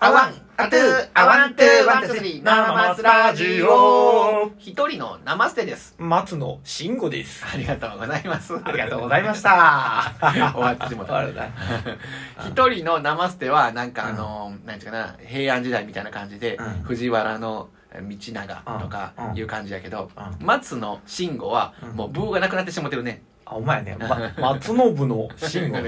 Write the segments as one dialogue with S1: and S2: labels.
S1: アワン、アトゥー、アワン、トゥー、ワン、ツー、スリー、ナマスラジオ一人のナマステです。
S2: 松野慎吾です。
S1: ありがとうございます。ありがとうございました。終わってしまった。
S2: あれだ。
S1: 一人のナマステは、なんかあの、なんていうかな、平安時代みたいな感じで、
S2: うん
S1: 藤原の道長とか
S2: うん
S1: いう感じやけど、
S2: う
S1: 松の慎吾は、
S2: うん
S1: もうブーがなくなってしまってるね。
S2: あ、お前ね、ま、松信の 慎吾。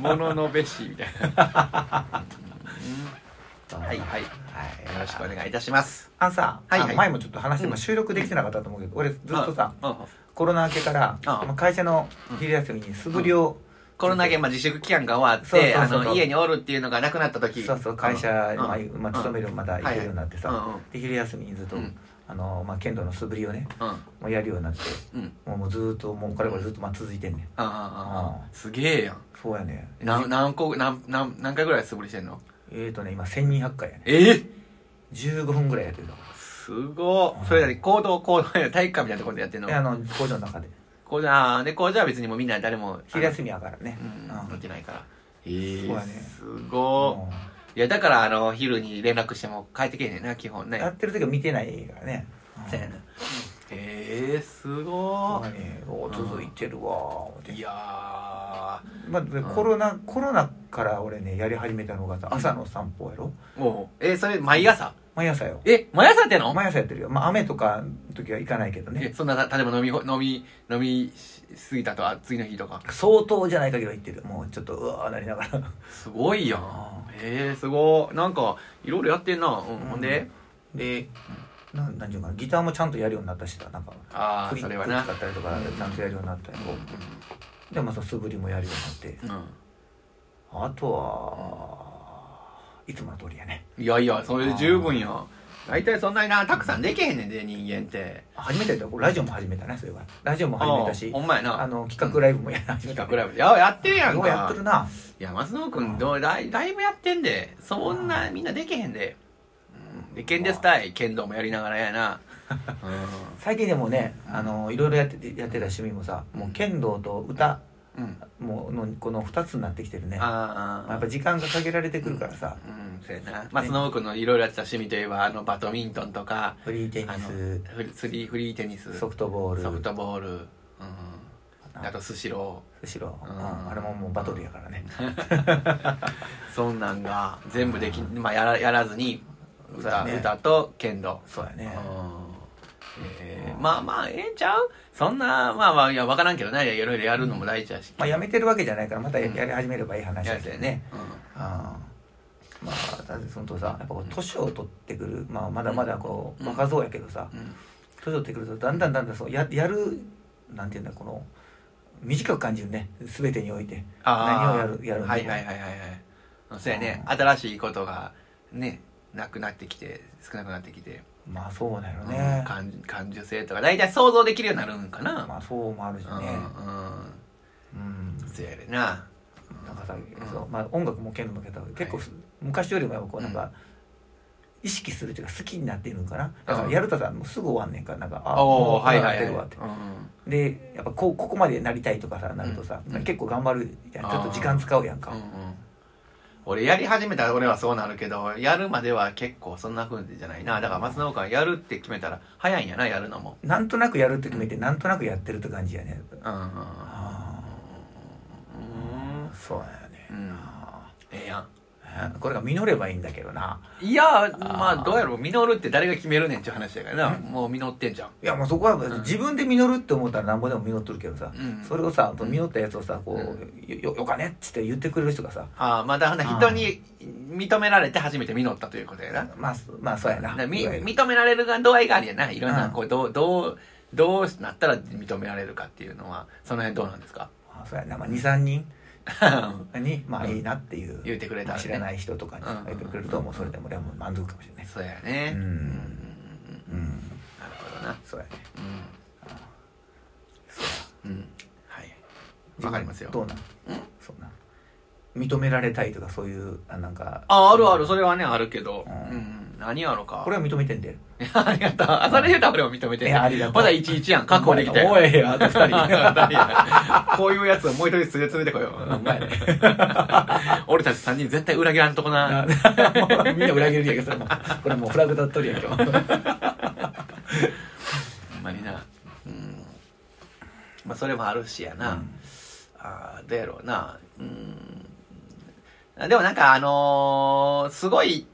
S1: もののべし、みたいな。 うんはい、はい。よ
S2: はい
S1: ろしくお願いいたします。
S2: あのさ、
S1: はいはい
S2: あの前もちょっと話して、
S1: うん
S2: まあ収録できてなかったと思うけど、俺ずっとさ、
S1: うん、うん
S2: コロナ明けから、
S1: ああ
S2: まあ会社の昼休みに素振りを、
S1: コロナ禍、まあ、自粛期間が終わっ
S2: そうそう
S1: て
S2: そう
S1: あの家におるっていうのがなくなった時
S2: そうそう、会社、
S1: うん
S2: まあ
S1: うん、
S2: まあ、勤める、まだ行けるようになって
S1: うん
S2: さ、で、昼休みにずっと
S1: うん、
S2: あの、まあ、剣道の素振りをね、
S1: うんうん
S2: もうやるようになって、
S1: うんうん
S2: もうもうずーっと、もう、これこれずっと、まあ、続いてんね。
S1: うんうんうん
S2: うん
S1: すげえやん
S2: そうやね。
S1: な何個何何何回ぐらい素振りしてんの
S2: えーとね、今、1200回やね。
S1: ええ
S2: 15分ぐらいやってるの。
S1: すごっそれなり行動行動や体育館みたいなところでやってんの
S2: であの、工場の中で。
S1: 工場あーで工場は別にもうみんな誰も
S2: 昼休みやからね。
S1: あのうん乗ってないからええ
S2: そうやね
S1: すごっ
S2: うん
S1: いやだからあの昼に連絡しても帰ってけえねんな基本ね
S2: やってる時は見てないからね。
S1: そうやなええす
S2: そ
S1: ご
S2: う
S1: っ
S2: やねお続いてるわ思って
S1: いや
S2: まあ、でコロナコロナから俺ねやり始めたのがさ朝の散歩やろ
S1: ーもうえそれ毎朝
S2: 毎朝よ
S1: え毎朝やってんの
S2: 毎朝やってるよまあ雨とかの時は行かないけど
S1: え
S2: ね
S1: そんな例えば飲みほ飲み飲みすぎたとは次の日とか
S2: 相当じゃない限りは行ってるもうちょっとうわーなりながら
S1: すごいやん
S2: あ
S1: えー、すごいなんかいろいろやってんな、うん
S2: うん
S1: ほんで
S2: でなんなんていうかなギターもちゃんとやるようになったしさなんか
S1: ああ
S2: クリ
S1: それ
S2: ッ
S1: は
S2: ク
S1: な
S2: 使ったりとかちゃんとやるようになったよでまあその素振りもやるようになって
S1: う
S2: あとはいつもの通りやね
S1: んいやいやそれで十分や大体そんなになたくさんできへんねんで人間って
S2: 初めてだよラジオも始めたねそれはラジオも始めたし
S1: あーほんまやな
S2: あの企画ライブもやら
S1: 企画ライブややってるやん
S2: よ
S1: か
S2: うやってるない
S1: や松野君どうライライブやってんでそんなみんなできへんでうんで剣ですたい剣道もやりながらやなう
S2: 最近でもねあのいろいろやっててやってた趣味もさもう剣道と歌
S1: んうん
S2: もうのこの2つになってきてるね
S1: あ
S2: ま
S1: あ
S2: あやっぱ時間が限られてくるからさ
S1: うん、そうやな。松信君のいろいろやってた趣味といえば、あの、バドミントンとか、
S2: フリーテニ
S1: あの、
S2: ス
S1: フリフリーフリーテニス、
S2: ソフトボール
S1: ソフトボール、うん。
S2: な
S1: あと、スシロ
S2: 後ろ、うん
S1: うん
S2: あれももうバトルやからね
S1: ー。そんなんが、全部でき、まあ、やらやらずに、歌
S2: ね
S1: 歌と剣道。
S2: そうや
S1: うん
S2: ね
S1: えーまあまあ、ええんちゃうそんな、まあまあ、いや、わからんけどな、いろいろやるのも大事やし。
S2: まあやめてるわけじゃないからまたややり始めればいい話
S1: や
S2: だ
S1: つ
S2: け
S1: や
S2: どね
S1: ね。うん
S2: うんまあだってそのとさやっぱこう年を取ってくる、まあ、まだまだこ
S1: う
S2: うん若造やけどさ、
S1: うん
S2: 年を取ってくるとだんだんだんだんそうややるなんていうんだこの短く感じるね全てにおいて何
S1: あー
S2: をやるやるんだ
S1: は
S2: ろう
S1: いはいはいはいはいそうやね新しいことがねなくなってきて少なくなってきて、
S2: まあそうだよ
S1: うん
S2: ね、
S1: 感感受性とか大体想像できるようになるんかな、
S2: まあそうもあるしねうん
S1: うんうんそうやれな
S2: なんかさ、そうまあ、音楽も剣道もけど結構す、昔よりもやっぱこうなんか、意識するっていうか好きになっているのかなだからやるとさもうすぐ終わんねんからなんかあ
S1: おお
S2: もう
S1: はい
S2: な
S1: は
S2: っ
S1: い
S2: て
S1: はい
S2: る
S1: う
S2: わ
S1: ん
S2: ってでやっぱこうここまでなりたいとかさなるとさ、
S1: うん
S2: 結構頑張るやん
S1: あー
S2: ちょっと時間使うやんか、
S1: うんうん俺やり始めたら俺はそうなるけどやるまでは結構そんなふうじゃないなだから松永君はやるって決めたら早いんやなやるのも
S2: なんとなくやるって決めてなんとなくやってるって感じやね
S1: うんうんうん
S2: あ
S1: うん
S2: あそうやね、
S1: うん
S2: あ
S1: ええやん
S2: ーこれが実ればいいんだけどない
S1: やまあどうやろう実るって誰が決めるねんっていう話やからなもう実ってんじゃん
S2: いやもうそこは
S1: ん
S2: 自分で実るって思ったらなんぼでも実っとるけどさ、
S1: うん
S2: それをさ実ったやつをさこう、
S1: う
S2: よよよかねっつって言ってくれる人がさ
S1: ああまあだから
S2: あー
S1: 人に認められて初めて実ったということやなだか
S2: まあそまあそうやな
S1: らみ
S2: いわゆる
S1: 認められるが度合いがあるやないろんな
S2: うん
S1: こうどうどうどうなったら認められるかっていうのはその辺どうなんですか
S2: まあそうやな、まあ、23人にまあ
S1: うん
S2: いいなっていう、
S1: 言うてくれたらね
S2: 知らない人とかに
S1: うん
S2: 言ってくれるともうそれでも俺はもう満足かもしれない
S1: そうやね
S2: うん
S1: うんうんうん
S2: うん
S1: なるほどな
S2: そうやね
S1: うんうんはいわかりますよ
S2: どうなんそうな認められたいとかそういうあなんか
S1: ああるあるそれはねあるけど
S2: うん
S1: うん何やろか
S2: これは認めてんで
S1: いやありがとうあそれ言うたら俺も認めて
S2: いやありがとう
S1: まだ11やん確保できたよ
S2: おいあと二人
S1: こういうやつをもう一人連れ詰めてこよ
S2: お
S1: う
S2: 前 ね
S1: 俺たち3人絶対裏切らんとこな
S2: も うみんな裏切るやけどそれもこれもうフラグ立っとるやん今日
S1: ほんまになうんまあそれもあるしやな、あーどうやろうなうんでもなんかあのーすごい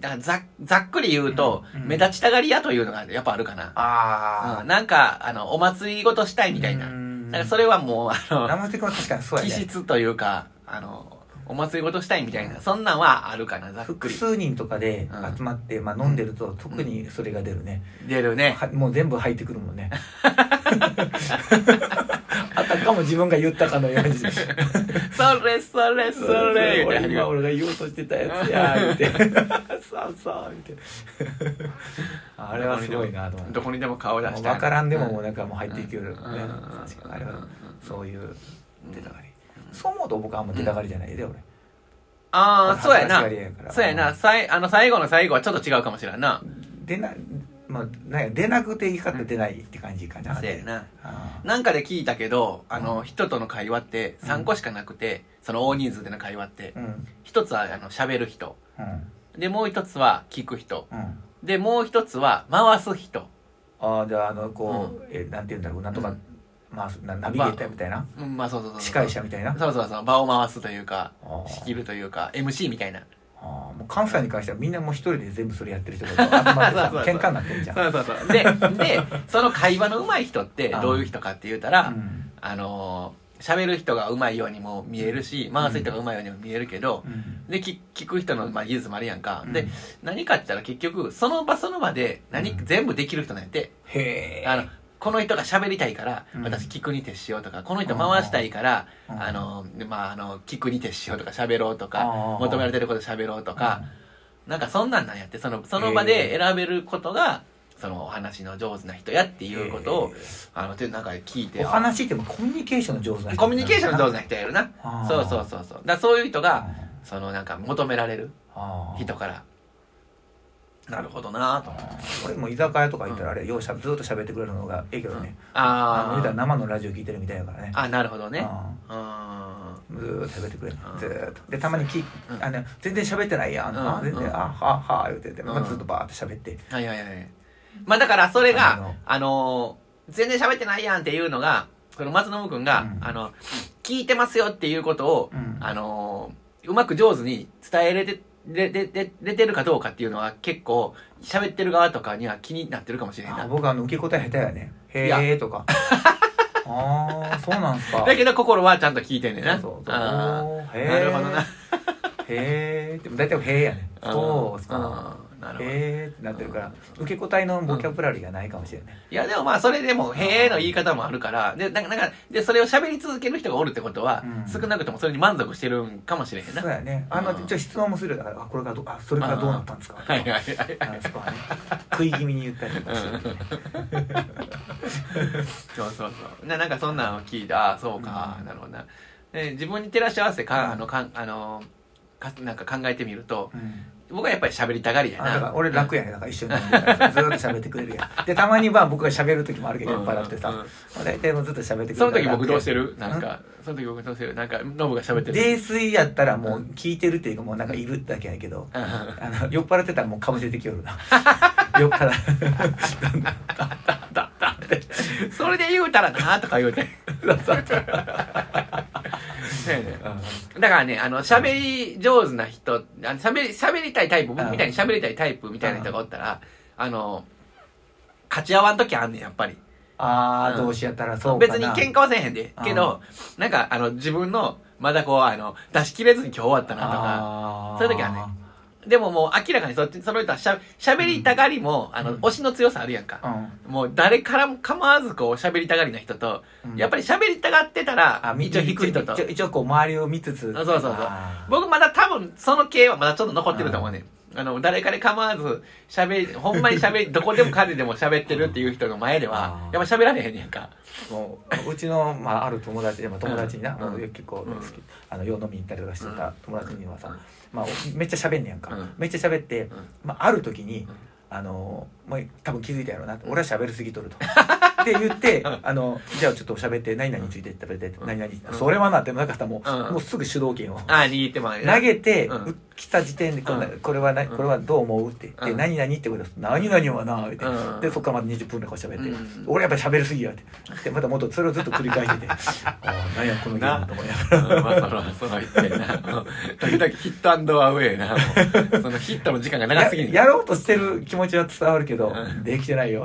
S1: なんかざざっくり言うと、
S2: うんうん
S1: 目立ちたがり屋というのがやっぱあるかな、
S2: あ
S1: う
S2: あ
S1: んなんかあのお祭りごとしたいみたいな、なんかそれはもうあの
S2: 生瀬君は確かにそうや
S1: 気
S2: ね
S1: 質というかあのお祭りごとしたいみたいなそんなんはあるかなざっく
S2: 複
S1: り
S2: 数人とかで
S1: うん
S2: 集まって、まあ、飲んでると特にそれが出るね、
S1: 出るね
S2: はもう全部入ってくるもん ねあたかも自分が言ったかのように
S1: それそれそれ言うて
S2: 俺今俺が言おうとしてたやつや言うて そうそう言うてあれはすごいなと思って
S1: どこにでも顔出
S2: も
S1: し
S2: う
S1: た
S2: 分からんでも
S1: う
S2: もうなんかもう入っていけるね、
S1: うんうんうん
S2: 確かにあれ
S1: うん
S2: はそういう出たがり、
S1: うん
S2: そう思うと僕はあんま出たがりじゃないで俺
S1: ああそうやな
S2: 恥ずかしがりやから
S1: そうやな、さいあの最後の最後はちょっと違うかもしれんな
S2: 出なまあなんや出なくていいかって出ないって感じかな、
S1: そうやな
S2: あ
S1: なんかで聞いたけどあの、人との会話って3個しかなくて、その大人数での会話って
S2: ーうんうん
S1: 一つはあの喋る人でもう一つは聞く人
S2: うん
S1: でもう一つは回す人
S2: ああじゃああのこう、えなんて言うんだろうなんとか、
S1: うん
S2: まあなナビゲーターみたいな、
S1: うんまあそうそうそうそう
S2: 司会者みたいな
S1: そうそうそう場を回すというか
S2: あー
S1: 仕切るというか MC みたいな
S2: あーもう関西に関してはみんなもう一人で全部それやってる人が集まってさ
S1: そうそうそう
S2: 喧嘩になってんじゃん、
S1: そうそうそうででその会話の上手い人ってどういう人かって言うたら、
S2: うん
S1: あのー喋る人が上手いようにも見えるし回す人が上手いようにも見えるけど、
S2: うん
S1: で聞聞く人のまあ技術もあるやんか、
S2: う
S1: で
S2: ん
S1: 何かって言ったら結局その場その場で何、
S2: うん
S1: 全部できる人なんやって
S2: へえ
S1: あのこの人が喋りたいから、
S2: うん
S1: 私聞くに徹しようとかこの人回したいから、あのーまあ、あの聞くに徹しようとか喋ろうとか、
S2: あー
S1: 求められてること喋ろうとか、なんかそんなんなんやってそのその場
S2: へ
S1: で
S2: え
S1: 選べることが、そのお話の上手な人やっていうことを、あのてなんか聞いて
S2: お話ってもコミュニケーションの上手な人
S1: コミュニケーションの上手な人やるな
S2: あー
S1: そうそうそうそうだからそういう人が
S2: あ
S1: そのなんか求められる
S2: あ
S1: 人からなるほどなぁと
S2: 俺も居酒屋とか行ったらあれようしゃずっと喋ってくれるのがええけどね、あの
S1: あ
S2: 言うたら
S1: ー
S2: 生のラジオ聞いてるみたいだからね
S1: あなるほどね
S2: あ
S1: うーん
S2: ーずーっと喋ってくれる
S1: うん
S2: ずーっとでたまにき、
S1: うん
S2: あの全然喋ってないやん、
S1: うん
S2: あ全然、
S1: うん
S2: あはあはあ言うてて、ま
S1: う
S2: あ、
S1: ん
S2: ずっとバーって喋って
S1: はいはいはいまあだからそれが
S2: あ
S1: あ
S2: の
S1: のー全然喋ってないやんっていうのがこの松信君が、
S2: うん
S1: あの聞いてますよっていうことを、
S2: うん
S1: あのーうまく上手に伝えれてれれれれてるかどうかっていうのは結構喋ってる側とかには気になってるかもしれない
S2: あ
S1: な
S2: 僕あの受け答え下手やねへ
S1: いや
S2: えとか ああそうなんすか
S1: だけど心はちゃんと聞いてんねんな
S2: そうそう
S1: あー
S2: おーへー
S1: なるほどな
S2: へえでも大体へえやねそうっすか
S1: うんなるほ
S2: へ
S1: ど
S2: えってなってるから受け答えのボキャブラリーがないかもしれない、
S1: いやでもまあそれでも「へえ」の言い方もあるからでなんかなんかでそれを喋り続ける人がおるってことは、
S2: うん
S1: 少なくともそれに満足してるんかもしれへんな
S2: そうやねあの、
S1: うん
S2: じゃあ質問もするよだからあこれからどうあそれからどうなったんですか、
S1: はいはいはい
S2: あそこはね食い気味に言ったりとかしてるけどね
S1: そうそうそうななんかそんなのを聞いてああそうか、
S2: うん
S1: なるほどなで自分に照らし合わせてかあのかんあのかなんか考えてみると僕はやっぱり喋りたがりや
S2: あだから
S1: な
S2: 俺楽やねだから一緒に飲んでたらずっと喋ってくれるやん でたまにまあ僕が喋る時もあるけど酔っ払ってさ、
S1: うんうん
S2: まあ大体もうずっと喋ってくれる
S1: その時
S2: から
S1: 僕どうしてるなんかその時僕どうしてるなんかノブが喋ってる
S2: 泥酔やったらもう聞いてるっていうかもうなんかいるだけやけど、あの酔っ払ってたらもうかぶせてきよるな 酔っ 払
S1: だったって それで言うたらなとか言うて そうやねだからねあの喋り上手な人あの喋り喋りたいタイプ僕みたいに喋りたいタイプみたいな人がおったらあの勝ち合わん時あんねんやっぱり
S2: ああ
S1: うん
S2: どうしやったらそうかな
S1: 別に喧嘩はせえへんでけどなんかあの自分のまだこうあの出し切れずに今日終わったなとか
S2: あー
S1: そういう時はねでももう明らかにそっちその人はしゃ喋りたがりも、あの推しの強さあるやんか、もう誰からも構わずこう喋りたがりな人と、
S2: うん
S1: やっぱり喋りたがってたら
S2: あ
S1: 一応引く人と
S2: 一応一応こう周りを見つつ
S1: あそうそうそう
S2: あー
S1: 僕まだ多分その系はまだちょっと残ってると思うね、あの、誰かで構わず、喋り、ほんまに喋り、どこでも彼でも喋ってるっていう人の前では
S2: あ、ー
S1: やっぱ喋られへんねやんか。
S2: もううちの、まあ、ある友達で、まあ、友達にな、
S1: うん
S2: もう結構
S1: うん
S2: 好き、あの夜飲み行ったりとかして
S1: うん
S2: た友達にはさ、まあ、おめっちゃ喋んねやんか、
S1: うん
S2: めっちゃ喋って、
S1: ん
S2: まあ、ある時に、
S1: ん
S2: あのもう多分気づいたやろうな、
S1: ん
S2: 俺は喋りすぎと るとって言って
S1: うん
S2: あのじゃあちょっと喋って何々について喋って、
S1: うん
S2: 何々、
S1: うん
S2: それはなってなかったらもう,、
S1: うん
S2: もうすぐ主導権を
S1: ああ、握ってもらえ
S2: 投げて、
S1: うん
S2: 来た時点でこ,、んな
S1: うん
S2: これはな
S1: うん
S2: これはどう思うって言って、
S1: うん
S2: 何々ってことです何々はなって、
S1: うん
S2: でそこからまた20分でこう喋って、
S1: うん
S2: 俺やっぱり喋りすぎやってでまた戻ってそれをずっと繰り返 しててああ何やこのゲームと思いながら
S1: うんまあその、その一点 な。時々ヒットアンドアウェイな。もうそのヒットの時間が長すぎる。
S2: ややろうとしてる気持ちは伝わるけど、
S1: うん
S2: できて ないよ、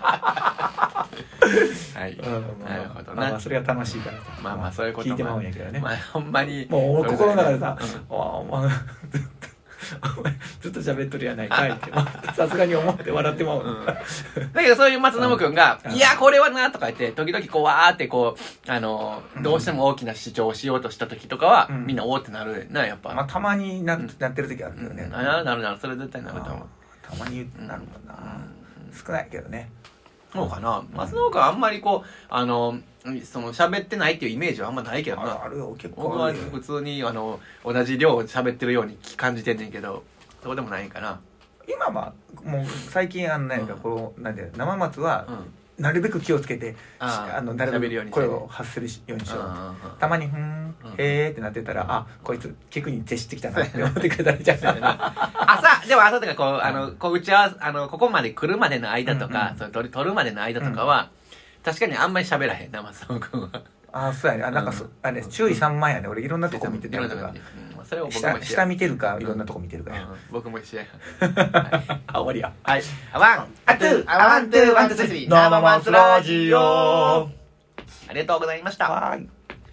S1: はい。
S2: うんまあ
S1: なるほ
S2: まあ
S1: ど
S2: まあ
S1: な。
S2: それが楽しいからさ
S1: まあまあそういうこと
S2: 聞いてまうん
S1: ね。
S2: やけどね、
S1: まあほんまに。
S2: もう俺心の中でさ
S1: う
S2: 「
S1: ん
S2: ああお前ずっとお前ずっと喋っとるやないかい」 ってさすがに思って笑ってまう、
S1: うんだけどそういう松信君が
S2: う
S1: 「
S2: ん
S1: いやこれはな」とか言って時々こうわーってこうあのどうしても大きな主張をしようとした時とかは
S2: うん
S1: みんなおーってなるなやっぱ、
S2: まあ、たまにな,、なってる時ある
S1: う
S2: けど
S1: ん
S2: ね、
S1: あなるなるなるそれ絶対なると思う
S2: たまになるもんな、少ないけどね
S1: そうかな松信君はあんまりこうあのその喋ってないっていうイメージはあんまないけど
S2: あ
S1: な
S2: あるよ結
S1: 僕
S2: 構あ
S1: は
S2: るよ
S1: 普通にあの同じ量を喋ってるように感じてんねんけどそうでもないんかな
S2: 今はもう最近あのなんかこうなんていうの生松は
S1: うん
S2: なるべく気をつけて、
S1: あー
S2: あのなるべ
S1: 喋るよう
S2: く
S1: にして
S2: 声
S1: ね
S2: を発するようにしよう
S1: あー
S2: たまに「ふーん
S1: うん
S2: へーってなってたら「あこいつ聞くに徹してきたな」って思ってくれたりじゃ
S1: そうや
S2: ん
S1: な 朝でも朝とかこうあのこう打ち合わせあのここまで来るまでの間と
S2: うん
S1: か、
S2: うん
S1: その取り取るまでの間とかは、確かにあんまり喋らへんな松尾君は
S2: あーそうやねあなんかそ、
S1: うん
S2: あれ注意3万やね俺いろんなとこ見てたりとか
S1: うんそれを僕も
S2: 下
S1: 一緒や
S2: 下見てるかいろんなとこ見てるかや、
S1: うん僕も一緒や
S2: あ終わりや
S1: はいワンアツーワンツーワンツースリー
S2: 生松ラジオ
S1: ありがとうございました
S2: はーい